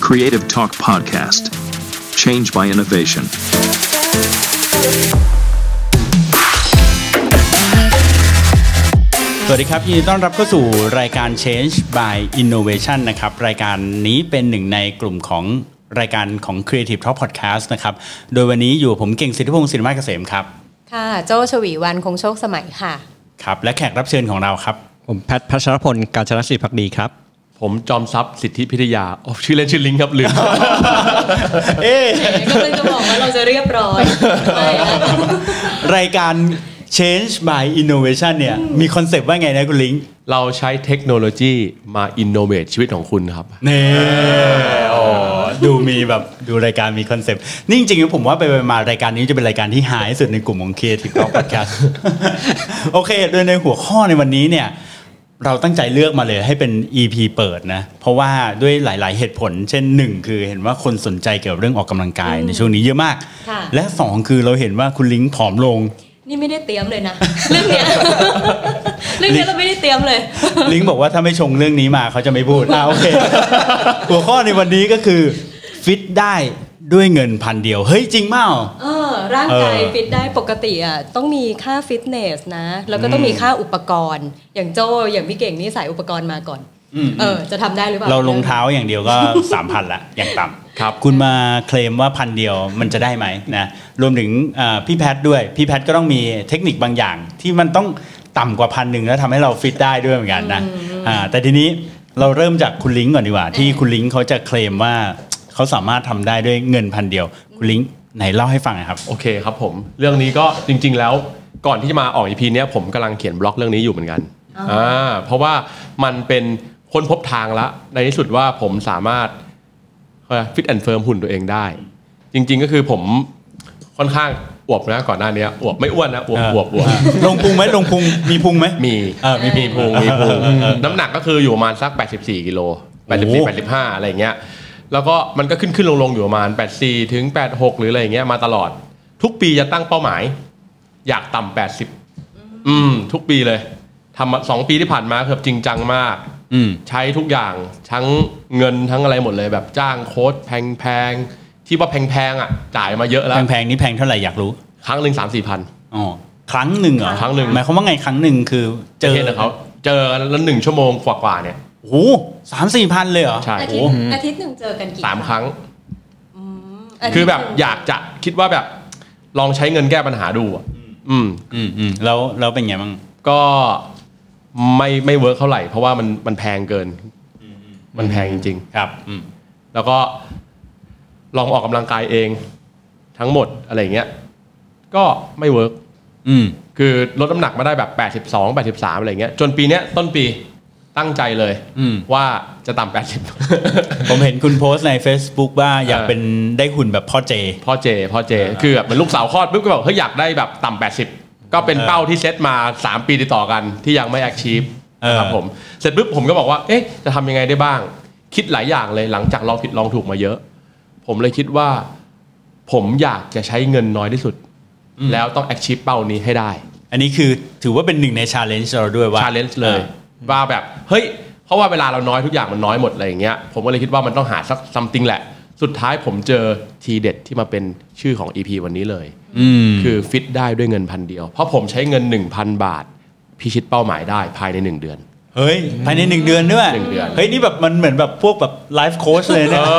Creative Talk Podcast. Change by innovation. สวัสดีครับยินดีต้อนรับเข้าสู่รายการ Change by Innovation นะครับรายการนี้เป็นหนึ่งในกลุ่มของรายการของ Creative Talk Podcast นะครับโดยวันนี้อยู่ผมเก่งสิทธิพงศ์สินมาเกษมครับ ค่ะ โจชวีวันคงโชคสมัยค่ะ ครับและแขกรับเชิญของเราครับ ผมแพทพัชรพล กาญจนศิริพักดีครับ ผมจอมทรัพย์สิทธิพิทยา โอ้ชื่อเล่นชื่อลิงครับลืม ก็เลยจะบอกว่าเราจะเรียบร้อย รายการ Change by Innovation เนี่ยมีคอนเซปต์ว่าไงนะคุณลิง เราใช้เทคโนโลยีมาอินโนเวทชีวิตของคุณครับ นี่โอ้ดูมีแบบดูรายการมีคอนเซปต์นี่จริงๆผมว่าไปๆมารายการนี้จะเป็นรายการที่หายสุดในกลุ่มของ Creative Talk Podcast โอเค โดยในหัวข้อในวันนี้เนี่ย เราตั้งใจเลือกมาเลยให้เป็น EP เปิดนะ เพราะว่าด้วยหลาย ๆ เหตุผล เช่นหนึ่งคือเห็นว่าคนสนใจเกี่ยวกับเรื่องออกกำลังกายในช่วงนี้เยอะมาก ค่ะ และสองคือเราเห็นว่าคุณลิงผอมลง นี่ไม่ได้เตรียมเลยนะ เรื่องเนี้ยเรื่องเนี้ยเราไม่ได้เตรียมเลย ลิงก์บอกว่าถ้าไม่ชงเรื่องนี้มาเขาจะไม่พู ด อ่าโอเค หัวข้อในวันนี้ก็คือ ฟิตได้ด้วยเงินพันเดียว เฮ้ย จริงเปล่า เออ ร่างกาย เออ ฟิตได้ปกติอ่ะต้องมีค่าฟิตเนสนะ แล้วก็ต้องมีค่าอุปกรณ์ อย่างโจอย่างพี่เก่งนี่ใส่อุปกรณ์มาก่อน เออ จะทำได้หรือเปล่า เราลงเท้าอย่างเดียวก็ 3,000 ละ อย่างต่ำ ครับ คุณมาเคลมว่าพันเดียวมันจะได้ไหมนะรวมถึงเอ่อพี่แพทย์ด้วย พี่แพทย์ก็ต้องมีเทคนิคบางอย่าง ที่มันต้องต่ำกว่าพันหนึ่งแล้วทำให้เราฟิตได้ด้วยเหมือนกันนะอ่าแต่ทีนี้เราเริ่มจากคุณลิงก์ก่อนดีกว่า ที่คุณลิงก์เขาจะเคลมว่าเขาสามารถทำได้ด้วยเงินพันเดียว คุณลิงก์ไหนเล่าให้ฟังหน่อยครับ โอเคครับผม เรื่องนี้ก็จริง ๆ แล้วก่อนที่จะมาออกอีพีนี้ยผมกำลังเขียนบล็อกเรื่องนี้อยู่เหมือนกันอ่าเพราะว่ามันเป็นค้นพบทางละ ในที่สุดว่าผมสามารถฟิตแอนด์เฟิร์มหุ่นตัวเองได้ จริง ๆ ก็คือผมค่อนข้างอวบนะก่อนหน้าเนี้ยอวบไม่อ้วนนะอวบอวบอวบ ลงพุงไหมลงพุงมีพุงไหม มี เออมีพุง มีพุงมีพุง เออเออ น้ำหนักก็คืออยู่ประมาณสัก 84 กิโล โอ้ 84 85 อะไรอย่างเงี้ย แล้วก็มันก็ขึ้นขึ้นลงลงอยู่ประมาณ 84 ถึง 86 หรืออะไรอย่างเงี้ยมาตลอด ทุกปีจะตั้งเป้าหมาย อยากต่ำ 80 อืม ทุกปีเลยทำมาสองปีที่ผ่านมาคือแบบจริงจังมาก อืม ใช้ทุกอย่างทั้งเงินทั้งอะไรหมดเลยแบบจ้างโค้ชแพงๆ ที่ว่าแพงๆอ่ะจ่ายมาเยอะแล้ว แพงๆนี่แพงเท่าไหร่อยากรู้ ครั้งหนึ่งสามสี่พัน อ๋อครั้งหนึ่งเหรอ ครั้งหนึ่ง หมายความว่าไงครั้งหนึ่งคือเจ เจ อ อเขาเจอแล้วหนึ่งชั่วโมงกว่าๆเนี่ย โอ้โหสามสี่พันเลยเหรอ ใช่ อาทิตย์อาทิตย์หนึ่งเจอกันกี่ สามครั้ง อาทิตย์ คือแบบ หนึ่ง อยากจะคิดว่าแบบลองใช้เงินแก้ปัญหาดูอ่ะอืม อืมอืมแล้วแล้วเป็นไงบ้าง ก็ไม่ไม่เวิร์กเท่าไหร่ เพราะว่ามันมันแพงเกิน มันแพงจริง ครับอืม ๆ แล้วก็ลองออกกำลังกายเองทั้งหมดอะไรอย่างเงี้ย ก็ไม่เวิร์ก อืม คือลดน้ำหนักมาได้แบบ82 83อะไรอย่างเงี้ย จนปีเนี้ยต้นปีตั้งใจเลย อืม ว่าจะต่ำ80 ผมเห็นคุณโพสต์ใน Facebook ว่าอยาก เออ เป็นได้หุ่นแบบพ่อเจ พ่อเจ พ่อเจ คือแบบเหมันลูกสาวคลอดปุ๊บก็แบบเฮ้ยอยากได้แบบต่ำ80 ก็เป็น เออ เป้าที่เซตมา 3 ปีติดต่อกันที่ยังไม่ achieve เออ นะครับผม เสร็จปุ๊บผมก็บอกว่า เอ๊ะ จะทำยังไงได้บ้าง คิดหลายอย่างเลยหลังจากลองผิดลองถูกมาเยอะ ผมเลยคิดว่า ผมอยากจะใช้เงินน้อยที่สุด แล้วต้อง achieve เป้านี้ให้ได้ อันนี้คือถือว่าเป็นหนึ่งในชาเลนจ์เราด้วยว่า challenge เลย ออ ว่าแบบ เฮ้ย เพราะว่าเวลาเราน้อยทุกอย่างมันน้อยหมดอะไรอย่างเงี้ยผมก็เลยคิดว่ามันต้องหาสัก something แหละ สุดท้ายผมเจอทีเด็ดที่มาเป็นชื่อของ EP วันนี้เลย อืม คือฟิตได้ด้วยเงินพันเดียว เพราะผมใช้เงิน 1,000 บาท พิชิตเป้าหมายได้ภายใน 1 เดือน เฮ้ยภายในหนึ่งเดือนด้วย หนึ่งเดือน เฮ้ยนี่แบบมันเหมือนแบบพวกแบบไลฟ์โค้ชเลยเนี่ย เอ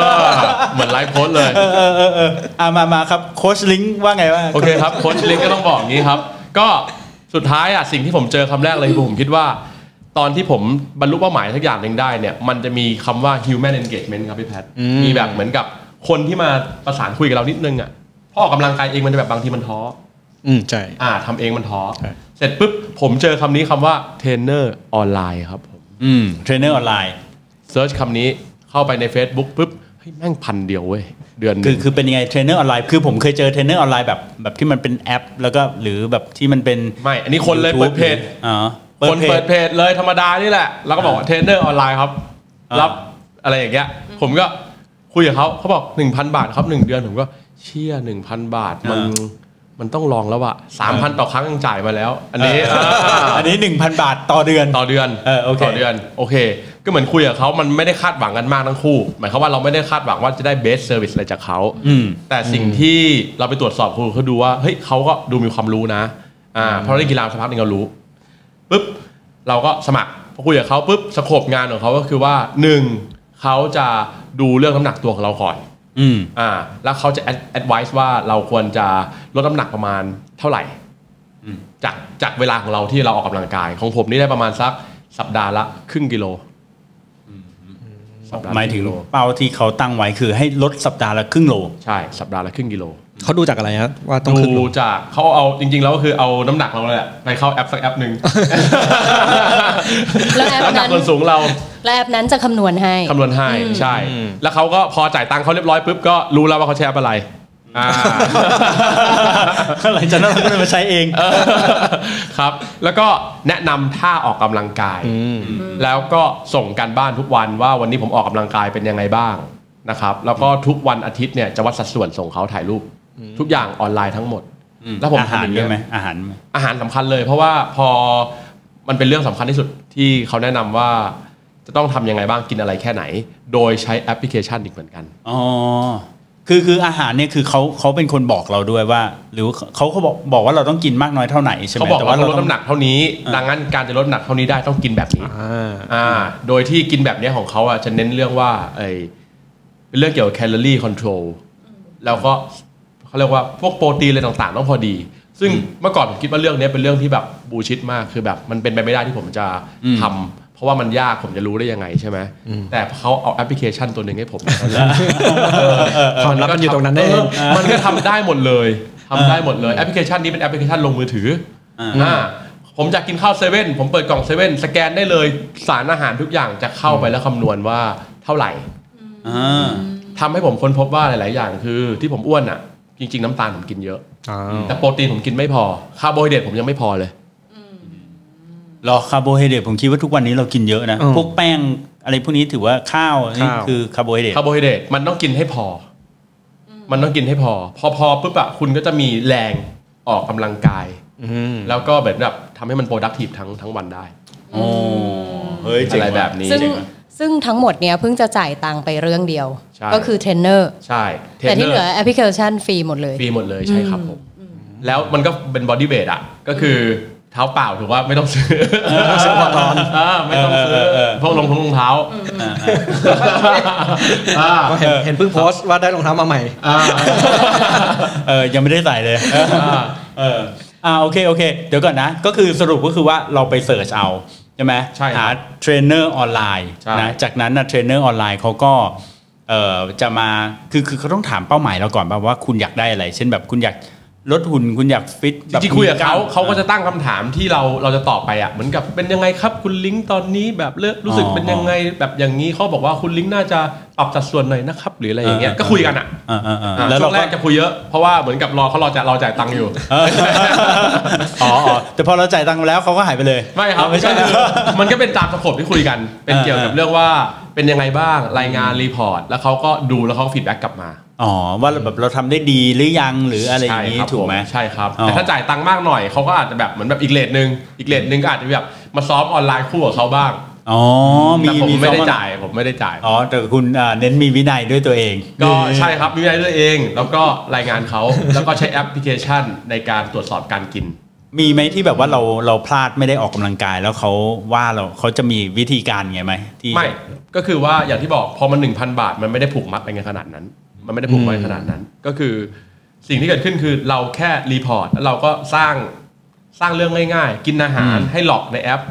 อ เหมือนไลฟ์โค้ดเลย เออเออเออเอออ่ะมามาครับโค้ชลิงก์ว่าไงว่า โอเคครับโค้ชเล็กก็ต้องบอกอย่างนี้ครับ ก็สุดท้ายอ่ะสิ่งที่ผมเจอคำแรกเลยคือผมคิดว่า ตอนที่ผมบรรลุเป้าหมายสักอย่างหนึ่งได้เนี่ย มันจะมีคำว่า human engagement ครับพี่แพทมีแบบเหมือนกับคนที่มาประสานคุยกับเรานิดนึงอ่ะเพราะออกกำลังกายเองมันจะแบบบางทีมันท้อ อืม ใช่ อ่าทำเองมันท้อ ใช่ เสร็จปุ๊บผมเจอคำนี้คำว่าเทรนเนอร์ออนไลน์ครับผม อืมเทรนเนอร์ออนไลน์ เซิร์ชคำนี้เข้าไปใน Facebook ปุ๊บเฮ้ยแม่งพันเดียวเว้ย เดือนห คื นึ่ อง คือเป็นยังไงเทรนเนอร์ออนไลน์คือผมเคยเจอเทรนเนอร์ออนไลน์แบบแบบที่มันเป็นแอป แล้วก็หรือแบบที่มันเป็น ไม่อันนี้คนเลย YouTube เปิดเพจ อ๋อ คนเปิด เพจ เพจเลยธรรมดานี่แหละ แล้วก็บอกว่าเทรนเนอร์ออนไลน์ครับ อ่ารั รับอะไรอย่างเงี้ย ผมก็คุยกับเขาเขาบอก 1,000 บาทครับ 1 เดือนผมก็เชี่ย1,000 บาทมัน มันต้องลองแล้วอะสามพันต่อครั้งยังจ่ายมาแล้ว อันนี้า อันนี้ 1,000 บาทต่อเดือน ต่อเดือน เออโอเค ต่อเดือนโอเค ก็เหมือนคุยกับเขามันไม่ได้คาดหวังกันมากทั้งคู่ หมายความว่าเราไม่ได้คาดหวังว่าจะได้เบสเซอร์วิสอะไรจากเขาแต่สิ่งที่เราไปตรวจสอบคือเขาดูว่าเฮ้ยเขาก็ดูมีความรู้นะอ่าเพราะเล่นกีฬาสักพักหนึงเรารู้ปุ๊บเราก็สมัครพอคุยกับเขาปุ๊บสโคปงานของเขาก็คือว่าหนึ่งเขาจะดูเรื่องน้ำหนักตัวของเราก่อน อืม อ่าแล้วเขาจะแอดไวส์ว่าเราควรจะลดน้ำหนักประมาณเท่าไหร่จากจากเวลาของเราที่เราออกกำลังกาย ของผมนี่ได้ประมาณสักสัปดาห์ละครึ่งกิโลสัปดละ หมายถึง ครึ่กิโล เป้าที่เขาตั้งไว้คือให้ลดสัปดาห์ละครึ่งโล ใช่สัปดาห์ละครึ่งกิโล เขาดูจากอะไรฮะว่าต้องขึ้น ดู รู จากเขาเอาจริงๆแล้วก็คือเอาน้ำหนักเราแหละไปเข้าแอปสักแอปหนึ่ง แล้วแอปนั้น น้ำหนักส่วนสูงเรา และแอปนั้นจะคำนวณให้ คำนวณให้ใช่ แล้วเขาก็พอจ่ายตังค์เขาเรียบร้อยปุ๊บก็รู้แล้วว่าเขาใช้แอปอะไรอ่า หลังจากนั้นเราก็เลยมาใช้เอง เออ ครับ แล้วก็แนะนำท่าออกกำลังกาย แล้วก็ส่งการบ้านทุกวันว่าวันนี้ผมออกกำลังกายเป็นยังไงบ้างนะครับ แล้วก็ทุกวันอาทิตย์เนี่ยจะวัดสัดส่วนส่งเขาถ่ายรูป ทุกอย่างออนไลน์ทั้งหมด แล้วผม อาหาร ทำอย่าง ด้ นี้ วย ย ไหมอาหาร อาหารสำคัญเลย เพราะว่าพอมันเป็นเรื่องสำคัญที่สุดที่เขาแนะนำว่าจะต้องทำยังไงบ้างกินอะไรแค่ไหน โดยใช้แอปพลิเคชันอีกเหมือนกัน อ๋อ คือคืออาหารเนี่ยคือเขาเขาเป็นคนบอกเราด้วยว่า หรือเขาเขาบอกบอกว่าเราต้องกินมากน้อยเท่าไหร่ใช่ไหม เขาบอก แต่ ว่า ว่า เรา เรา ลด ต้อง น้ำหนักเท่านี้ ดังนั้นการจะลดน้ำหนักเท่านี้ได้ต้องกินแบบนี้ อ่า อ่าโดยที่กินแบบเนี้ยของเขาอ่ะจะเน้นเรื่องว่าไอเรื่องเกี่ยวกับแคลอรี่คอนโทรลแล้วก็เขาเรียกว่าพวกโปรตีนอะไรต่างๆ ต้องพอดี ซึ่งเมื่อก่อนผมคิดว่าเรื่องเนี้ยเป็นเรื่องที่แบบบูชิดมากคือแบบมันเป็นไปไม่ได้ที่ผมจะทำเพราะว่ามันยากผมจะรู้ได้ยังไงใช่ไหมแต่เขาเอาแอปพลิเคชันตัวหนึ่งให้ผม ความลับมันอยู่ตรงนั้นได้เอง เออมันก็ทำได้หมดเลยทำได้หมดเลยแอปพลิเคชันนี้เป็นแอปพลิเคชันลงมือถือออ่าผมอยากกินข้าวเซเว่นผมเปิดกล่องเซเว่นสแกนได้เลยสารอาหารทุกอย่างจะเข้าไปแล้วคำนวณว่าเท่าไหร่ อ่า ทำให้ผมค้นพบว่าหลาย ๆ อย่างคือ ที่ผมอ้วนอ่ะ จริง ๆ น้ำตาลผมกินเยอะ อ้าว แต่โปรตีนผมกินไม่พอคาร์โบไฮเดรตผมยังไม่พอเลย หรอคาร์โบไฮเดรตผมคิดว่าทุกวันนี้เรากินเยอะนะ อืม พวกแป้งอะไรพวกนี้ถือว่าข้าวนี่ ข้าว คือคาร์โบไฮเดรต คาร์โบไฮเดรตมันต้องกินให้พออมันต้องกินให้พอ พอพอปุ๊บอะคุณก็จะมีแรงออกกำลังกาย อืม แล้วก็แบบแบบทำให้มัน productive ทั้งทั้งวันได้ โอ้เฮ้ยเจ๋ง อะไร ว่ะ แบบนี้ ซึ่ง เจ๋งไหม ซึ่งทั้งหมดเนี้ยเพิ่งจะจ่ายตังค์ไปเรื่องเดียว ใช่ ก็คือเทรนเนอร์ ใช่ทร แต่ นน ที่ ร์ เหลือแอปพลิเคชันฟรีหมดเลย ฟรีหมดเลยใช่ครับผม แล้วมันก็เป็น body weight อ่ะ ก็คือเท้าเปล่าถูกว่าไม่ต้องซื้อซื้อพอตอนไม่ต้องซื้อ เออเออเออ พวกรองท้องรองเท้าอ่า ก็เห็นเห็นเพิ่งโพสต์ว่าได้รองเท้ามาใหม่ อ่า เออยังไม่ได้ใส่เลย อ่า เอออ่าโอเคโอเค เดี๋ยวก่อนนะ ก็คือสรุปก็คือว่าเราไปเสิร์ชเอา ใช่ไหม ใช่ครับ หาเทรนเนอร์ออนไลน์ ใช่ นะจากนั้นนะเทรนเนอร์ออนไลน์เขาก็เอ่อจะมาคือคือเขาต้องถามเป้าหมายเราก่อนป่ะว่าคุณอยากได้อะไร เช่นแบบคุณอยากลดหุ่นคุณอยากฟิต จ แบบ ริงๆคุยกับเขาเขาก็จะตั้งคำถามที่เราเราจะตอบไปอ่ะเหมือนกับเป็นยังไงครับคุณลิงก์ตอนนี้แบบเลือกรู้สึก อ๋อ เป็นยังไงแบบอย่างนี้เขาบอกว่าคุณลิงก์น่าจะปรับสัดส่วนหน่อยนะครับหรืออะไรอย่างเงี้ย เออ ก็คุยกันอ่ะ อ่าอ่าอ่า อ่า แล้ว ช่ เรา วงแร ก็ กจะคุยเยอะเพราะว่าเหมือนกับรอเขารอจะรอจ่ายตังค์อยู่ เอ ออ๋ออ๋อแต่พอเราจ่ายตังค์แล้วเขาก็หายไปเลย ไม่ครับ ไม่ใช่ ก็คือมันก็เป็นตามสโคปที่คุยกัน เป็นเกี่ยวกับ เออ เรื่องว่าเป็นยังไงบ้างรายงานรีพอร์ต แล้วเขาก็ดูแล้วเขาฟีดแบ็กกลับมา อ๋อว่าเราแบบเราทำได้ดีหรือยังหรืออะไรอย่างนี้ ใช่ครับ ถูกไหม ผใช่ครับ อ๋อ แต่ถ้าจ่ายตังค์มากหน่อยเขาก็อาจจะแบบเหมือนแบบอีกเลทหนึ่งอีกเลทหนึ่งก็อาจจะแบบมาซ้อมออนไลน์คู่กับเขาบ้าง อ๋อมี แต่ผม มี ไม่ได้ ซ้อ จ่ายผมไม่ได้จ่าย อ๋อแต่คุณอ่าเน้นมีวินัยด้วยตัวเอง ก็ใช่ครับมีอะไรด้วยเอง แล้วก็รายงานเขาแล้วก็ใช้แอปพลิเคชันในการตรวจสอบการกิน มีไหมที่แบบว่าเราเราพลาดไม่ได้ออกกำลังกายแล้วเขาว่าเราเขาจะมีวิธีการไงไหมที่ ไม่ ก็คือว่าอย่างที่บอกพอมัน 1,000 บาท มันไม่ได้ผูกมัดอะไรเงินขนาดนั้น มันไม่ได้ผูกมัดขนาดนั้น ก็คือสิ่งที่เกิดขึ้นคือเราแค่รีพอร์ตแล้วเราก็สร้างสร้างเรื่องง่าย ๆ กินอาหารให้หลอกในแอป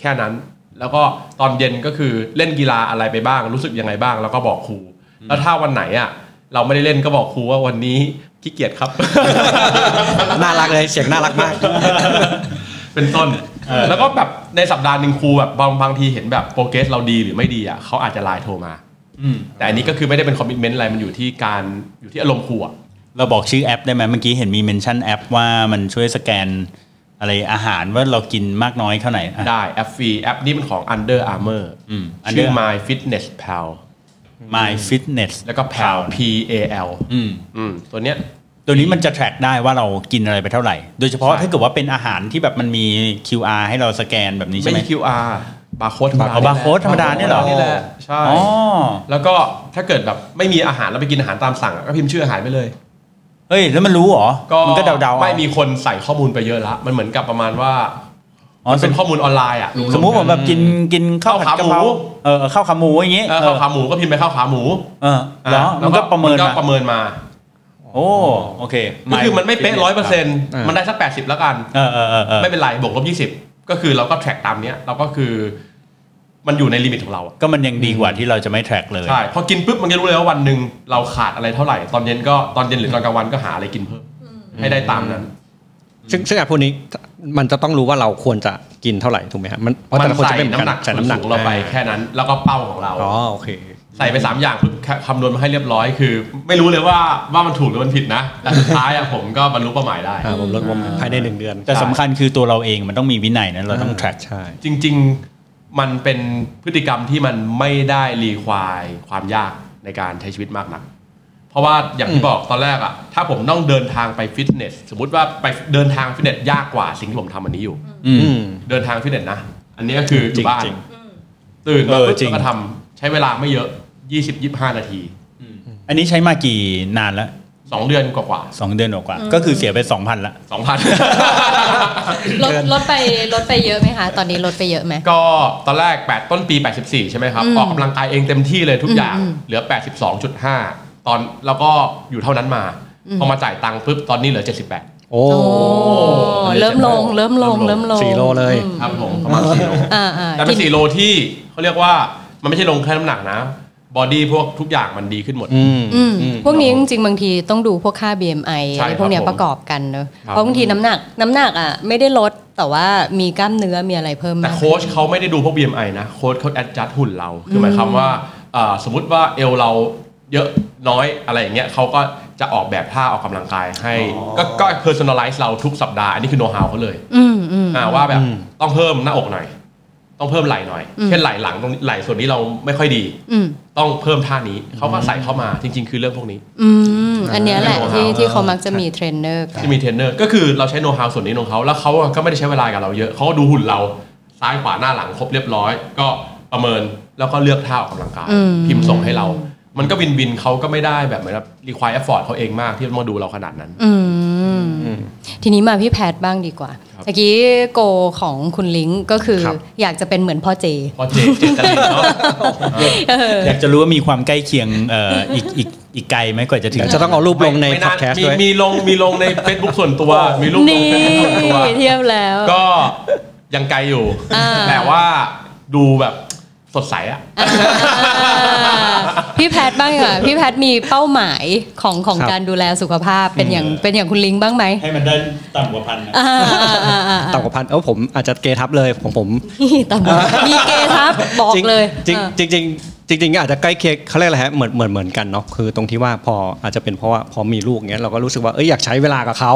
แค่นั้น แล้วก็ตอนเย็นก็คือเล่นกีฬาอะไรไปบ้าง รู้สึกยังไงบ้าง แล้วก็บอกครู แล้วถ้าวันไหนอ่ะเราไม่ได้เล่นก็บอกครูว่าวันนี้ขี้เกียจครับ น่ารักเลย เสียงน่ารักมาก เป็นต้น แล้วก็แบบในสัปดาห์หนึ่งครูแบบบางบางทีเห็นแบบโปรเกรสเราดีหรือไม่ดีอ่ะเขาอาจจะไลน์โทรมา อืม แต่อันนี้ก็คือไม่ได้เป็นคอมมิชเมนต์อะไร มันอยู่ที่การอยู่ที่อารมณ์ครูอะ เราบอกชื่อแอปได้ไหมเมื่อกี้เห็นมีเมนชั่นแอปว่ามันช่วยสแกนอะไรอาหารว่าเรากินมากน้อยเท่าไหร่อ่ะ ได้แอปฟรีแอปนี้เป็นของ Under Armour อืม ชื่อ Under- My Fitness Pal My Fitness แล้วก็ Pal P A L อืม อืมตัวเนี้ย ตัวนี้มันจะ track ได้ว่าเรากินอะไรไปเท่าไหร่ โดยเฉพาะ ใช่ ถ้าเกิดว่าเป็นอาหารที่แบบมันมี QR ให้เราสแกนแบบนี้ใช่ ไม่ ไหม ใช่ QR บาร์โค้ดธรรมดา อ๋อบาร์โค้ดธรรมดาเนี่ยเหรอ นี่แหละใช่ อ๋อ แล้วก็ถ้าเกิดแบบไม่มีอาหารแล้วไปกินอาหารตามสั่งอะก็พิมพ์ชื่ออาหารไปเลย เฮ้ย แล้วมันรู้เหรอ ก็ มันก็เดาๆเอา ไม่มีคนใส่ข้อมูลไปเยอะละมันเหมือนกับประมาณว่า อ๋อ มัน สม เป็นข้อมูลออนไลน์อ่ะรวๆ สมมุติผมแบบกินกินข้าวผัดกะเพราเออข้าวขาหมูอย่างงี้ เออข้าวขาหมูก็พิมพ์ไปข้าวขาหมู เออเหรอ อ่ะ มันก็ประเมิน ก็ มา ประเมินมา โอ้ โอเค ก็คือมันไม่เป๊ะร้อยเปอร์เซ็นต์ อ่ามั มันได้สักแปดสิบแล้วกัน เออเออเออเออ ไม่เป็นไรบวกลบยี่สิบก็คือเราก็แทร็กตามเนี้ยเราก็คือมันอยู่ในลิมิตของเราอะ ก็มันยังดีกว่าที่เราจะไม่ track เลย ใช่พอกินปุ๊บมันก็รู้เลยว่าวันหนึ่งเราขาดอะไรเท่าไหร่ตอนเย็นก็ตอนเย็นหรือตอนกลางวันก็หาอะไรกินเพิ่มให้ได้ตามนั้น ซึ่งซึ่งอ่ะพวกนี้มันจะต้องรู้ว่าเราควรจะกินเท่าไหร่ถูกไหมครับมันเพราะ มั แต่ น ละคน ใส่ จะไม่เหมือ น้ำ น หนั กั ก นใส่น้ำหนัก ส่วนสูงเราไปแค่นั้น แล้วก็เป้าของเรา อ๋อโอเค ใส่ไป 3 อย่างปุ๊บคำนวณมาให้เรียบร้อยคือ ไม่รู้เลยว่าว่ามันถูกหรือมันผิดนะแต่สุดท้ายอะ ผมก็บรรลุเป้าหมายได้ อ่าผมลดลงภายในหนึ่งเดือน แต่สำคัญคือตัวเราเองมันต้องมีวินัยนะเราต้อง track ใช่ จริง ๆ มันเป็นพฤติกรรมที่มันไม่ได้รีควายความยากในการใช้ชีวิตมากนัก เพราะว่าอย่างที่บอกตอนแรกอะถ้าผมต้องเดินทางไปฟิตเนสสมมติว่าไปเดินทางฟิตเนสยากกว่าสิ่งที่ผมทำอันนี้อยู่ อืม อืม เดินทางฟิตเนสนะ อันนี้ก็คืออ จริ ยู่ ง บ้าน จริง ตื่น เอ มา อ ปุ๊บ จริง แล้วก็ทำใช้เวลาไม่เยอะ 20-25 นาที อันนี้ใช้มากี่นานแล้ว สองเดือนกว่า สองเดือนกว่าๆก็คือเสียไป 2,000ละ ๆสองพัน ลดลดไปลดไปเยอะไหมคะ ตอนนี้ลดไปเยอะไหม ก็ตอนแรก 8 ต้นปี 84 ใช่ไหมครับ อืม ออกกำลังกายเองเต็มที่เลยทุกอย่าง อืมอืม เหลือ 82.5 ตอนแล้วก็อยู่เท่านั้นมา อืม พอมาจ่ายตังค์ปุ๊บ ตอนนี้เหลือ 78 โอ้ โอ้เริ่มลงเริ่มลงเริ่มลง สี่โลเลย อืม ครับผมประมาณ4โล อ่าอ่า แต่เป็น4โลที่เขาเรียกว่า มันไม่ใช่ลงแค่น้ำหนักนะ บอดี้พวกทุกอย่างมันดีขึ้นหมด อืม อืมพวกนี้จริงๆบางทีต้องดูพวกค่า BMI ใช่ อะไรพวกเนี้ยประกอบกันเนอะ ครับ เพราะบางทีน้ำหนักน้ำหนักอ่ะไม่ได้ลดแต่ว่ามีกล้ามเนื้อมีอะไรเพิ่ม แต่ มาก โค้ชเขาไม่ได้ดูพวก BMI นะ โค้ชเขาแอดจัดหุ่นเรา คือหมายความว่าเอ่อสมมติว่าเอวเราเยอะน้อยอะไรอย่างเงี้ยเขาก็จะออกแบบท่าออกกำลังกายให้ ก็ก็ personalize เราทุกสัปดาห์ อันนี้คือ know how เขาเลย อืมอืม อ่าว่าแบบต้องเพิ่มหน้าอกหน่อย ต้องเพิ่มไหล่หน่อย อืม เช่นไหล่หลังตรงนี้ไหล่ส่วนนี้เราไม่ค่อยดี อืม ต้องเพิ่มท่านี้เขาก็ใส่เข้ามาจริง ๆ คือเรื่องพวกนี้ อืม อันเนี้ยแหละ เป็นโนฮาว ที่ที่เขามักจะมีเทรนเนอร์กัน ที่มีเทรนเนอร์ก็คือเราใช้โน้ตฮาวส่วนนี้ของเขาแล้วเขาก็ไม่ได้ใช้เวลากับเราเยอะเขาก็ดูหุ่นเราซ้ายขวาหน้าหลังครบเรียบร้อย ก็ประเมินแล้วก็เลือกท่าออกกำลังกาย อืม พิมพ์ส่งให้เรา มันก็วินวินเขาก็ไม่ได้แบบเหมือนแบบรีควายเอฟฟอร์เขาเองมากที่ต้องมาดูเราขนาดนั้น อืม ทีนี้มาพี่แพทย์บ้างดีกว่า ครับ เมื่อกี้โกของคุณลิงก์ก็คือ ครับ อยากจะเป็นเหมือนพ่อเจ พอเจเจตลินเนาะ อยากจะรู้ว่ามีความใกล้เคียงเอ่ ออีกอีกอีกไกลไหมกว่าจะถึ เดี๋ ง ยวจะต้องเอารูปลงใน ไม่ พอ น่า ดแคสต์ มี ด้วย มีลงมีลงใน Facebook ส่วนตัวมีรูปลง นี่ เฟซบุ๊กส่วนตัว เทียบแล้ว ก็ยังไกลอยู่ อ่า แต่ว่าดูแบบสดใสอะ อ่าพี่แพทย์บ้างดีกว่าพี่แพทย์มีเป้าหมายของของ ครับ การดูแลสุขภาพเป็นอย่าง อืม เป็นอย่างคุณลิงก์บ้างไหม ให้มันได้ต่ำกว่าพันนะ อ่าอ่าอ่า ต่ำกว่าพันเออผมอาจจะเกทับเลยของผม นี่ต่ำกว่ามีเกย์ครับบอกเลย จริง อ่า จริงจริงจริงจริงๆอาจจะใกล้เคียงเขาเรียกอะไรฮะเหมือนเหมือนเหมือนกันเนาะคือตรงที่ว่าพออาจจะเป็นเพราะว่าพอมีลูกเงี้ยเราก็รู้สึกว่าเอ้ยอยากใช้เวลากับเขา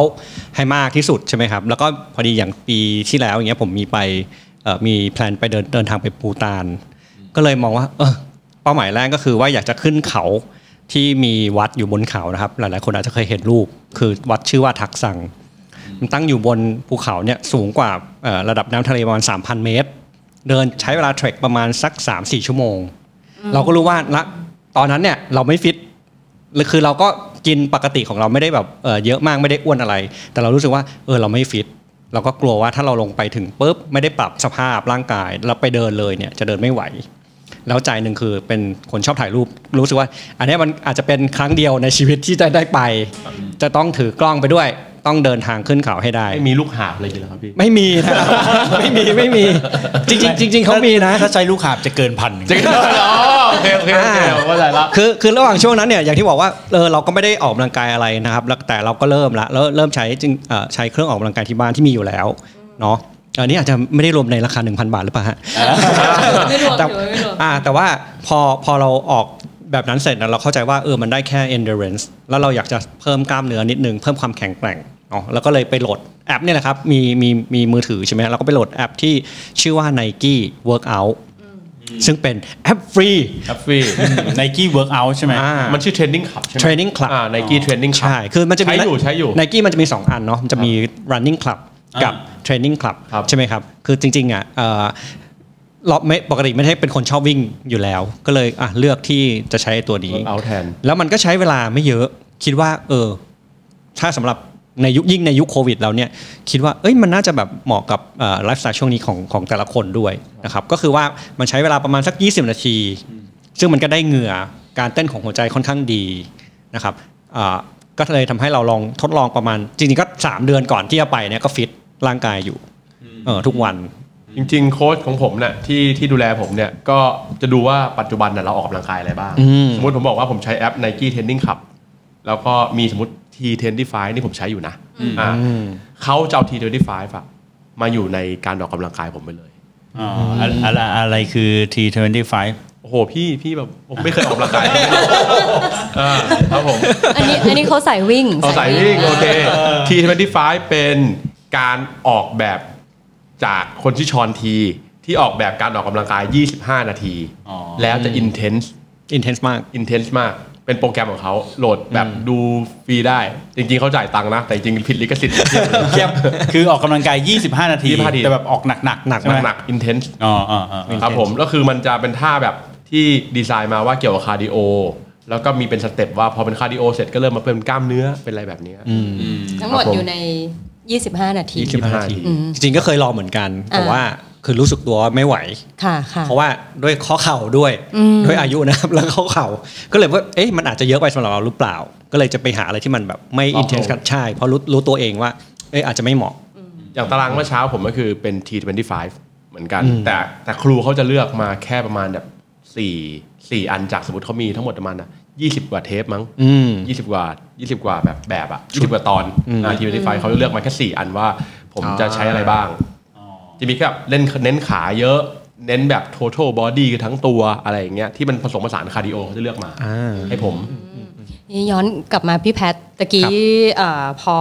ให้มากที่สุดใช่ไหมครับ แล้วก็พอดีอย่างปีที่แล้วอย่างเงี้ยผมมีไปเอ่อมีแพลนไปเดินเดินทางไปปูตาน ก็เลยมองว่าเออเป้าหมายแรกก็คือว่าอยากจะขึ้นเขาที่มีวัดอยู่บนเขานะครับ หลายๆ คนอาจจะเคยเห็นรูป คือวัดชื่อว่าทักสัง มันตั้งอยู่บนภูเขาเนี่ยสูงกว่าเอ่อระดับน้ำทะเลประมาณ 3,000 เมตร เดินใช้เวลาเทรคประมาณสัก 3-4 ชั่วโมง เราก็รู้ว่าละตอนนั้นเนี่ยเราไม่ฟิตหรือคือเราก็กินปกติของเราไม่ได้แบบเอ่อเยอะมากไม่ได้อ้วนอะไร แต่เรารู้สึกว่าเออเราไม่ฟิต เราก็กลัวว่าถ้าเราลงไปถึงปุ๊บไม่ได้ปรับสภาพร่างกายเราไปเดินเลยเนี่ยจะเดินไม่ไหว แล้วใจหนึ่งคือเป็นคนชอบถ่ายรูปรู้สึกว่า อันเนี้ยมันอาจจะเป็นครั้งเดียวในชีวิตที่จะได้ไป จะต้องถือกล้องไปด้วย ต้องเดินทางขึ้นเขาให้ได้ ไม่มีลูกหาบอะไรอย่างเงี้ยเหรอครับพี่ ไม่มีนะครับ ไม่มีไม่มีจริงๆจริงๆเขามีนะ ถ้าใช้ลูกหาบจะเกินพันหนึ่ง จริงเหรอโอเคโอเคโอเคเข้าใจละ คือคือระหว่างช่วงนั้นเนี่ยอย่างที่บอกว่าเออเราก็ไม่ได้ออกกำลังกายอะไรนะครับแล้วแต่เราก็เริ่มละแล้วเริ่มใช้จริงเอ่อใช้เครื่องออกกำลังกายที่บ้านที่มีอยู่แล้วเนาะอันนี้อาจจะไม่ได้รวมในราคา 1,000 บาทหรือเปล่าฮะ ไม่รวม แต่ ถือว่าไม่รวม อ่าแต่ว่าพอพอเราออกแบบนั้นเสร็จนะเราเข้าใจว่าเออมันได้แค่ endurance แล้วเราอยากจะเพิ่มกล้ามเนื้อนิดนึง เพิ่มความแข็งแกร่งเนาะแล้วก็เลยไปโหลดแอปเนี่ยแหละครับมีมีมีมือถือใช่ไหมเราก็ไปโหลดแอปที่ชื่อว่า Nike Workout ซึ่งเป็นแอปฟรี ครับพี่ ไนกี้เวิร์กอัลใช่ไหม อ่า มันชื่อเทรนนิ่งคลับใช่ไหม Training Club อ่าไนกี้เทรนนิ่งคลับ ใช่ คือมันจะมี ใช้อยู่ใช้อยู่ ไนกี้มันจะมี 2 อันเนาะ มันจะมี running club กับ training club ครับ ใช่ไหมครับ คือจริงๆอ่ะเอ่อเราไม่ปกติไม่ได้เป็นคนชอบวิ่งอยู่แล้ว ก็เลยอ่ะเลือกที่จะใช้ตัวนี้ Workout แทน แล้วมันก็ใช้เวลาไม่เยอะ คิดว่า เออ ถ้าสำหรับในยุคยิ่งในยุคโควิดเราเนี่ยคิดว่าเอ้ยมันน่าจะแบบเหมาะกับไลฟ์สไตล์ช่วงนี้ของของแต่ละคนด้วยนะครับก็คือว่ามันใช้เวลาประมาณสัก 20 นาที ซึ่งมันก็ได้เหงื่อการเต้นของหัวใจค่อนข้างดีนะครับอ่าก็เลยทำให้เราลองทดลองประมาณ จริงๆก็ 3 เดือนก่อนที่จะไปเนี่ยก็ฟิตร่างกายอยู่เออทุกวัน จริงๆ โค้ชของผมเนี่ยที่ที่ดูแลผมเนี่ยก็จะดูว่าปัจจุบันน่ะเราออกกำลังกายอะไรบ้าง อืม สมมติผมบอกว่าผมใช้แอป Nike Training Club แล้วก็มีสมมติ T25 นี่ผมใช้อยู่นะอ่าเขาจะเอา T25 อะมาอยู่ในการออกกำลังกายผมไปเลย อ๋ออะอะไรอะไรคือ T25 โอ้โห พี่พี่แบบผมไม่เคยออกกำลังกาย อ่าครับผม อันนี้อันนี้เขาใส่วิ่ง เอาสายวิ่งโอเค T25 เป็นการออกแบบจากคนที่อชอนที ที่ออกแบบการออกกำลังกาย 25 นาที อ๋อ แล้วจะ intense intense มาก intense มาก เป็นโปรแกรมของเขาโหลดแบบดูฟรีได้ จริงๆเขาจ่ายตังค์นะ แต่จริงๆผิดลิขสิทธิ์ เทียบคือออกกำลังกาย 25 นาที 25นาที แต่แบบออกหนักหนัก หนัก ใช่ไหม หนักๆ intense อ๋ออ๋ออ๋อ ครับผมก็คือมันจะเป็นท่าแบบที่ดีไซน์มาว่าเกี่ยวกับคาร์ดิโอ แล้วก็มีเป็นสเต็ปว่าพอเป็นคาร์ดิโอเสร็จก็เริ่มมาเป็นกล้ามเนื้อเป็นอะไรแบบเนี้ย ทั้งหมด ครับผม อยู่ใน 25 นาที 25นาที จริงๆก็เคยลองเหมือนกัน แต่ อ่า ว่าคือรู้สึกตัวว่าไม่ไหว ค่ะค่ะ เพราะว่าด้วยข้อเข่าด้วยด้วยอายุนะครับ แล้วข้อเข่าก็เลยว่าเอ๊ะมันอาจจะเยอะไปสำหรับเราหรือเปล่า ก็เลยจะไปหาอะไรที่มันแบบไม่ อ๋อ intense กันใช่เพราะรู้รู้ตัวเองว่าเอ๊ะอาจจะไม่เหมาะ อย่างตารางเมื่อเช้าผมก็คือเป็น T25 เหมือนกัน แต่แต่ครูเขาจะเลือกมาแค่ประมาณแบบ4 4อันจากสมมติเขามีทั้งหมดประมาณนะ20 กว่าเทปมั้ง อืม 20 กว่า 20 กว่าแบบแบบอ่ะ20กว่าตอนอ่า T25 เขาเลือกมาแค่4อันว่า ผมจะใช้อะไรบ้าง จะมีแค่แบบเล่นเน้นขาเยอะ เน้นแบบ total body คือทั้งตัวอะไรอย่างเงี้ยที่มันผสมผสานคาร์ดิโอเขาจะเลือกมา อ่า ให้ผม นี่ย้อนกลับมาพี่แพทตะกี้เอ่อพอ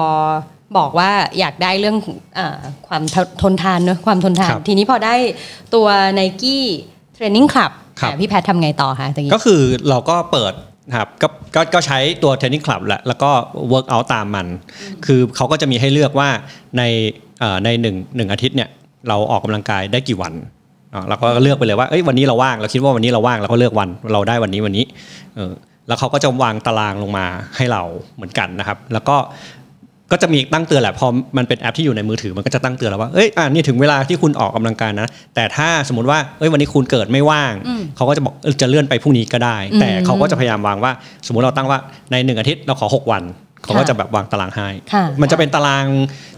บอกว่าอยากได้เรื่องเออความททนทานเนอะความทนทาน ครับ ทีนี้พอได้ตัว n i กี้เทรนนิ่งคลับ ครับ พี่แพททำไงต่อคะตะกี้ ก็คือเราก็เปิดนะครับก็ก็ก็ใช้ตัว training club แหละแล้วก็ work out ตามมัน คือเขาก็จะมีให้เลือกว่าในเอ่อในหนึ่งหนึ่งอาทิตย์เนี่ยเราออกกำลังกายได้กี่วันเนาะเราก็เลือกไปเลยว่าเอ้ยวันนี้เราว่างเราคิดว่าวันนี้เราว่างเราก็เลือกวันเราได้วันนี้วันนี้เออแล้วเขาก็จะวางตารางลงมาให้เราเหมือนกันนะครับ แล้วก็ ก็จะมีตั้งเตือนแหละพอมันเป็นแอปที่อยู่ในมือถือมันก็จะตั้งเตือนแล้วว่าเอ้ยอ่านี่ถึงเวลาที่คุณออกกำลังกายนะ แต่ถ้าสมมติว่าเอ้ยวันนี้คุณเกิดไม่ว่าง เขาก็จะบอกเออจะเลื่อนไปพรุ่งนี้ก็ได้ แต่เขาก็จะพยายามวางว่า สมมติเราตั้งว่าในหนึ่งอาทิตย์เราขอ 6 วัน เขาก็จะแบบวางตารางให้ ค่ะ มันจะเป็นตาราง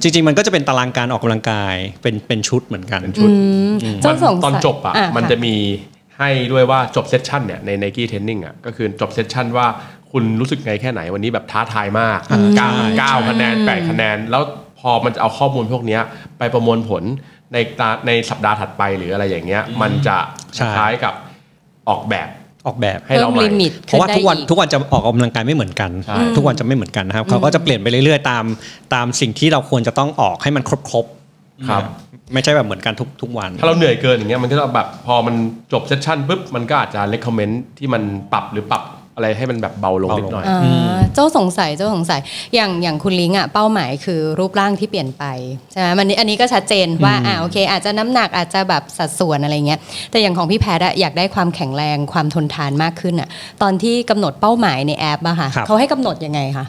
จริง ๆ มันก็จะเป็นตารางการออกกำลังกายเป็นเป็นชุดเหมือนกัน เป็นชุด เจ้าสงสัย ตอนจบอ่ะมันจะ ค่ มีให้ด้วยว่าจบเซสชันเนี่ยในไนกี้เทนนิ่งอ่ะก็คือจบเซสชันว่าคุณรู้สึกไงแค่ไหนวันนี้แบบท้าทายมากเก้าเก้าคะแนนแปดคะแนน แล้วพอมันจะเอาข้อมูลพวกเนี้ยไปประมวลผลในตาในสัปดาห์ถัดไปหรืออะไรอย่างเงี้ยมันจะ ใช่ คล้ายกับออกแบบ ออกแบบ ให้ เพิ่ เรา ม ใหม่ ลิมิต เพราะว่าทุกวัน ขึ้ได้อี ทุกวันจะออกกำลังกายไม่เหมือนกัน ใช่ ทุกวันจะไม่เหมือนกันนะครับเขาก็จะเปลี่ยนไปเรื่อยๆตามตามสิ่งที่เราควรจะต้องออกให้มันครบครบๆ ครับ ไม่ใช่แบบเหมือนกันทุกทุกวัน ถ้าเราเหนื่อยเกินอย่างเงี้ยมันก็จะแบบพอมันจบเซสชันปุ๊บมันก็อาจจะ recommend ที่มันปรับหรือปรับอะไรให้มันแบบเบาลงนิดหน่อย อ่าเจ้าสงสัยเจ้าสงสัยอย่างอย่างคุณลิงอะเป้าหมายคือรูปร่างที่เปลี่ยนไปใช่ไหมมันอันนี้ก็ชัดเจนว่าอ่าโอเค อาจจะน้ำหนักอาจจะแบบสัดส่วนอะไรเงี้ยแต่อย่างของพี่แพทย์อะอยากได้ความแข็งแรงความทนทานมากขึ้นอะตอนที่กำหนดเป้าหมายในแอปอะค่ะ ครับ เขาให้กำหนดยังไงคะ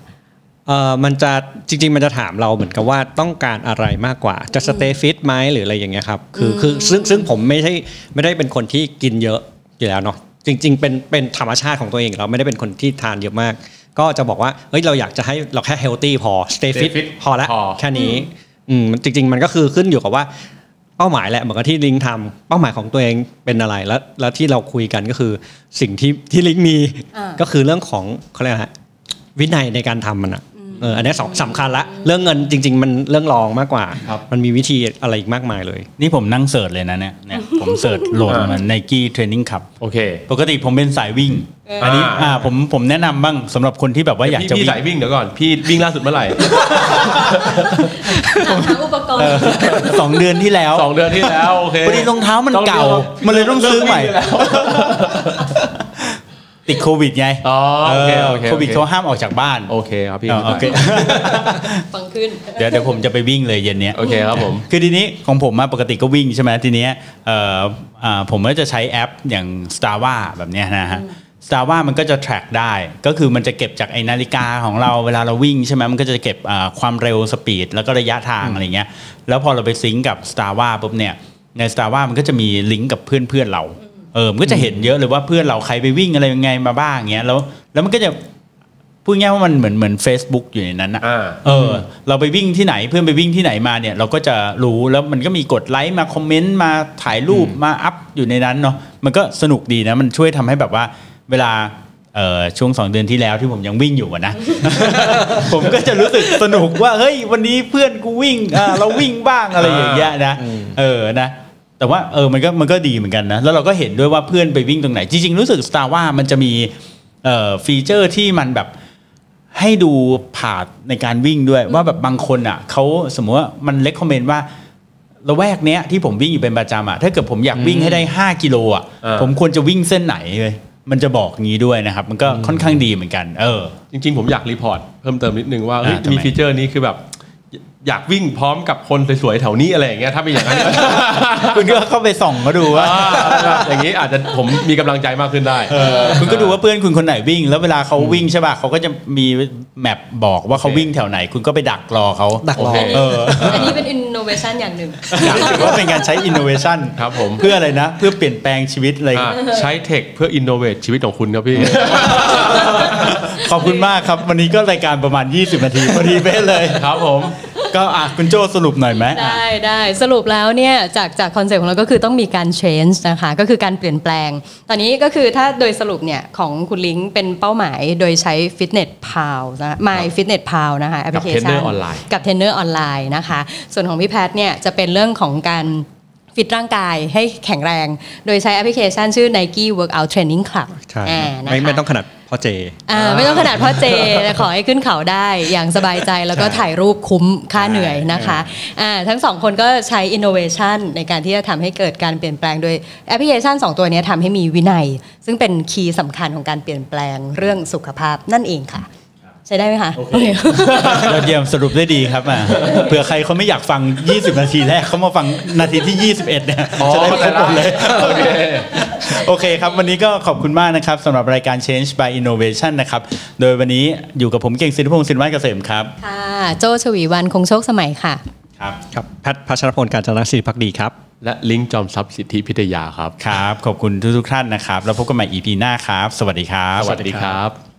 เออมันจะจริง ๆ มันจะถามเราเหมือนกับว่าต้องการอะไรมากกว่าจะสเตย์ฟิตไหมหรืออะไรอย่างเงี้ยครับคือคือซึ่งซึ่งผมไม่ใช่ไม่ได้เป็นคนที่กินเยอะอยู่แล้วเนาะจริง ๆ เป็นเป็นธรรมชาติของตัวเองเราไม่ได้เป็นคนที่ทานเยอะมาก ก็จะบอกว่าเฮ้ยเราอยากจะให้เราแค่เฮลตี้พอสเตย์ฟิ Stay fit ตพอละ พอ แค่นี้อืมมันจริง ๆ มันก็คือขึ้นอยู่กับว่าเป้าหมายแหละเหมือนกับที่ลิงทำเป้าหมายของตัวเองเป็นอะไรแล้วแล้วที่เราคุยกันก็คือสิ่งที่ที่ลิงมี อ่า ก็คือเรื่องของเขาเรียกอะไรฮะ วินัยในการทำมันอ่ะเอออันนี้สองสำคัญละ เรื่องเงินจริง ๆ มันเรื่องรองมากกว่า ครับ มันมีวิธีอะไรอีกมากมายเลย นี่ผมนั่งเสิร์ชเลยนะเนี่ยเนี่ย ผมเสิร์ชโหลด มาไนกี้เทรนนิ่งขับ โอเค ปกติผมเป็นสายวิ่ง อันนี้ อ่า อ่าผมผมแนะนำบ้างสำหรับคนที่แบบว่าอยาก พี่ จะวิ่พี่ง สายวิ่งเดี๋ยวก่อน พี่วิ่งล่าสุดเมื่อไหร่ หาอุปกรณ์ สองเดือนที่แล้ว สองเดือนที่แล้วโอเค พอดีรองเท้ามัน ต้อง เก่า ลือก มันเลยต้องซื้อใหม่ เลือกวิ่งแล้ว ติดโควิดไง อ๋อโอเคโอเค โควิด โอเค เขาห้ามออกจากบ้าน โอเคครับพี่ เออโอเค ฟังขึ้น เดี๋ยวเดี๋ยวผมจะไปวิ่งเลยเย็นเนี้ย โอเคครับผม คือทีนี้ของผมอะปกติก็วิ่งใช่ไหมทีเนี้ยเอ่ออ่าผมก็จะใช้แอปอย่าง Strava แบบเนี้ยนะฮะ Strava มันก็จะ track ได้ ก็คือมันจะเก็บจากไอ้นาฬิกาของเราเวลาเราวิ่งใช่ไหมมันก็จะเก็บอ่าความเร็วสปีดแล้วก็ระยะทางอะไรเงี้ยแล้วพอเราไปซิงก์กับ Strava ปุ๊บเนี่ยใน Strava มันก็จะมีลิงก์กับเพื่อนเพื่อนๆเราเออมันก็จะเห็นเยอะเลยว่าเพื่อนเราใครไปวิ่งอะไรยังไงมาบ้างเงี้ยแล้วแล้วมันก็จะพูดง่ายๆว่ามันเหมือนเหมือน Facebook อยู่ในนั้นอะ อ่า เออเราไปวิ่งที่ไหนเพื่อนไปวิ่งที่ไหนมาเนี่ยเราก็จะรู้แล้วมันก็มีกดไลค์มาคอมเมนต์มาถ่ายรูปมาอัพอยู่ในนั้นเนาะมันก็สนุกดีนะ มันช่วยทำให้แบบว่าเวลาเอ่อช่วงสองเดือนที่แล้วที่ผมยังวิ่งอยู่อะนะ ผมก็จะรู้สึกสนุกว่าเฮ้ยวันนี้เพื่อนกูวิ่งอ่าเราวิ่งบ้างอะไรอย่างเงี้ยนะเออนะ แต่ว่าเออมันก็มันก็ดีเหมือนกันนะ แล้วเราก็เห็นด้วยว่าเพื่อนไปวิ่งตรงไหน จริง ๆ รู้สึก Star ว่ามันจะมีเอ่อฟีเจอร์ที่มันแบบ ให้ดูผาดในการวิ่งด้วยว่าแบบบางคนอ่ะเขาสมมติว่ามันเล c คอมเมนต์ว่าละแวกเนี้ยที่ผมวิ่งอยู่เป็นประจำอ่ะถ้าเกิดผมอยากวิ่งให้ได้ 5 กิโลอ่ะ อ่า ผมควรจะวิ่งเส้นไหนเลยมันจะบอกงี้ด้วยนะครับ มันก็ค่อนข้างดีเหมือนกัน เออ จริงๆ ผมอยากรีพอร์ตเพิ่มเติมนิดนึงว่าเฮ้ย อ่าทำไม มีฟีเจอร์นี้คือแบบ อยากวิ่งพร้อมกับคนสวยๆแถวนี้อะไรอย่างเงี้ยถ้าเป็นอย่าง นั้น คุณก็เข้าไปส่องก็ดู ว่า อ่าอย่างนี้อาจจะผมมีกำลังใจมากขึ้นได้ คุณก็ดูว่าเพื่อนคุณคนไหนวิ่ง แล้วเวลาเขาวิ่งใช่ป่ะเขาก็จะมีแมปบอกว่าเขา โอเค วิ่งแถวไหน คุณก็ไปดักรอเขา ดักรอ โอเค เอ อ อันนี้เป็นอินโนเวชันอย่างหนึ่ง ถือว่าเป็นการใช้อินโนเวชัน ครับผม เพื่ออะไรนะ เพื่อเปลี่ยนแปลงชีวิตอะไร อ่าใช้เทคเพื่ออินโนเวทชีวิตของคุณครับพี่ ขอบคุณมากครับ วันนี้ก็รายการประมาณ 20 นาทีพอดีเป๊ะเลย ครับผม ก็อ่ะคุณโจสรุปหน่อยไหม ได้ได้สรุปแล้วเนี่ยจากจากคอนเซ็ปต์ของเราก็คือต้องมีการ change นะคะ ก็คือการเปลี่ยนแปลง ตอนนี้ก็คือถ้าโดยสรุปเนี่ยของคุณลิงเป็นเป้าหมายโดยใช้ Fitness p a l นะ My Fitness p a l นะคะแอปพลิเค กับเทรนเน ชั อน ร์ออนไลน์ กับเทรนเนอร์ออนไลน์นะคะ ส่วนของพี่แพทย์เนี่ยจะเป็นเรื่องของการฟิตร่างกายให้แข็งแรง โดยใช้แอปพลิเคชันชื่อ Nike Workout Training Club ใช่ อ่านะคะ ไม่ไม่ต้องขนาดพ่อเจ อ่าไม่ต้องขนาดพ่อเจแต่ขอให้ขึ้นเขาได้อย่างสบายใจแล้วก็ถ่ายรูปคุ้มค่าเหนื่อยนะคะอ่าทั้งสองคนก็ใช้ innovation ในการที่จะทำให้เกิดการเปลี่ยนแปลงโดยแอปพลิเคชัน 2 ตัวเนี้ยทำให้มีวินัย ซึ่งเป็นคีย์สำคัญของการเปลี่ยนแปลงเรื่องสุขภาพนั่นเองค่ะ ใช้ได้ไหมคะโอเค ยอดเยี่ยมสรุปได้ดีครับอ่ะเผื่อใครเขาไม่อยากฟัง 20 นาทีแรกเขามาฟังนาทีที่ 21 เนี่ย จะได้ครบหมดเลย โอเค โอเคครับ วันนี้ก็ขอบคุณมากนะครับสำหรับรายการ Change by Innovation นะครับ โดยวันนี้อยู่กับผมเก่งสินธิพงศ์สินวัฒน์เกษมครับ ค่ะ โจชวีวันคงโชคสมัยค่ะ ครับ ครับแพทย์พัชรพลการจนศิริพักดีครับ และลิงก์จอมทรัพย์สิทธิพิทยาครับ ครับ ขอบคุณทุกๆท่านนะครับ แล้วพบกันใหม่ EP หน้าครับ สวัสดีครับ สวัสดีครับ